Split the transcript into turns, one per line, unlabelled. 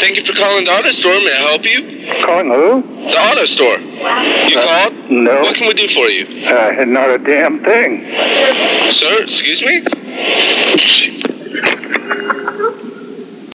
Thank you for calling the auto store. May I help you?
Calling who?
The auto store. You
Uh,
called?
no.
What can we do for you?
Uh, not a damn thing.
Sir, excuse me?